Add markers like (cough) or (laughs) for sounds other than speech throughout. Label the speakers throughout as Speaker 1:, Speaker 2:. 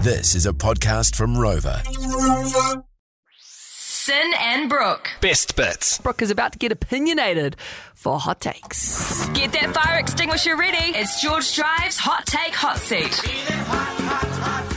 Speaker 1: This is a podcast from Rover.
Speaker 2: Sin and Brooke.
Speaker 3: Best bits.
Speaker 4: Brooke is about to get opinionated for hot takes.
Speaker 2: Get that fire extinguisher ready. It's George Drive's Hot Take Hot Seat.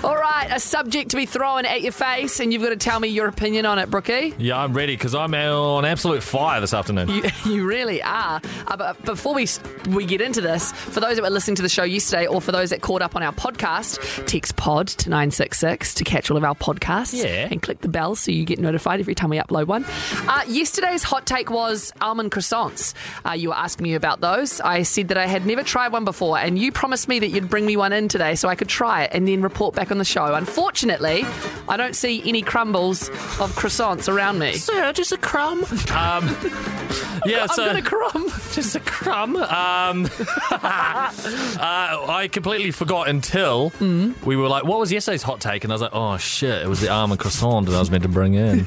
Speaker 4: All right, a subject to be thrown at your face, and you've got to tell me your opinion on it, Brookie.
Speaker 3: Yeah, I'm ready because I'm on absolute fire this afternoon.
Speaker 4: (laughs) You, you really are. Uh, but before we s- we get into this, for those that were listening to the show yesterday, or for those that caught up on our podcast, text pod to nine six six to catch all of our podcasts.
Speaker 3: Yeah.
Speaker 4: and click the bell so you get notified every time we upload one. Uh, yesterday's hot take was almond croissants. Uh, you were asking me about those. I said that I had never tried one before, and you promised me that you'd bring me one in today so I could try it and then report back on the show. Unfortunately, I don't see any crumbles of croissants around me.
Speaker 3: Sir, just a crumb. Um, yeah,
Speaker 4: I'm
Speaker 3: so
Speaker 4: gonna crumb. (laughs)
Speaker 3: just a crumb. Um, (laughs) uh, I completely forgot until we were like, "What was yesterday's hot take?" And I was like, "Oh shit, it was the almond croissant that I was meant to bring
Speaker 4: (laughs)
Speaker 3: in."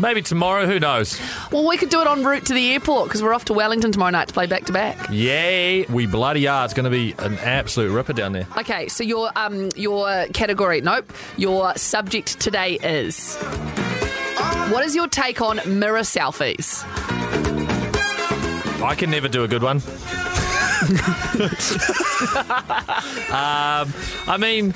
Speaker 3: Maybe tomorrow, who knows?
Speaker 4: Well, we could do it en route to the airport because we're off to Wellington tomorrow night to play back to back.
Speaker 3: Yay, we bloody are! It's going to be an absolute ripper down there.
Speaker 4: Okay, so your um your category, nope, your subject today is. What is your take on mirror selfies?
Speaker 3: I can never do a good one. um, I mean,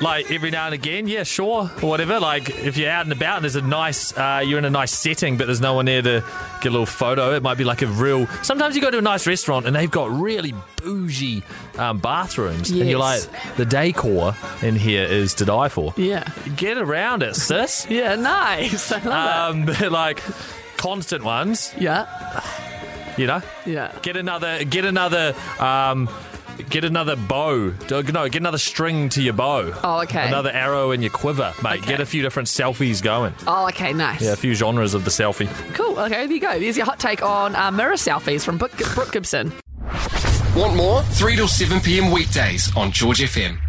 Speaker 3: like every now and again, yeah, sure, or whatever. Like if you're out and about and there's a nice, uh, you're in a nice setting, but there's no one there to get a little photo. It might be like a real. Sometimes you go to a nice restaurant and they've got really bougie um, bathrooms, and you're like,
Speaker 4: Yes.
Speaker 3: the decor in here is to die for.
Speaker 4: Yeah.
Speaker 3: Get around it, sis.
Speaker 4: Yeah, nice. I love
Speaker 3: um, (laughs) but, like constant ones,
Speaker 4: it. (laughs) Yeah,
Speaker 3: you know.
Speaker 4: yeah.
Speaker 3: Get another. Get another. Um, get another bow. D- No, get another string to your bow.
Speaker 4: Oh, okay.
Speaker 3: Another arrow in your quiver, mate.
Speaker 4: Okay.
Speaker 3: Get a few different selfies going.
Speaker 4: Oh, okay, nice.
Speaker 3: Yeah, a few genres of the selfie.
Speaker 4: Cool. Okay, there you go. There's your hot take on uh, mirror selfies from Brooke, Brooke Gibson.
Speaker 5: Want more? 3 till 7 p.m. weekdays on George FM.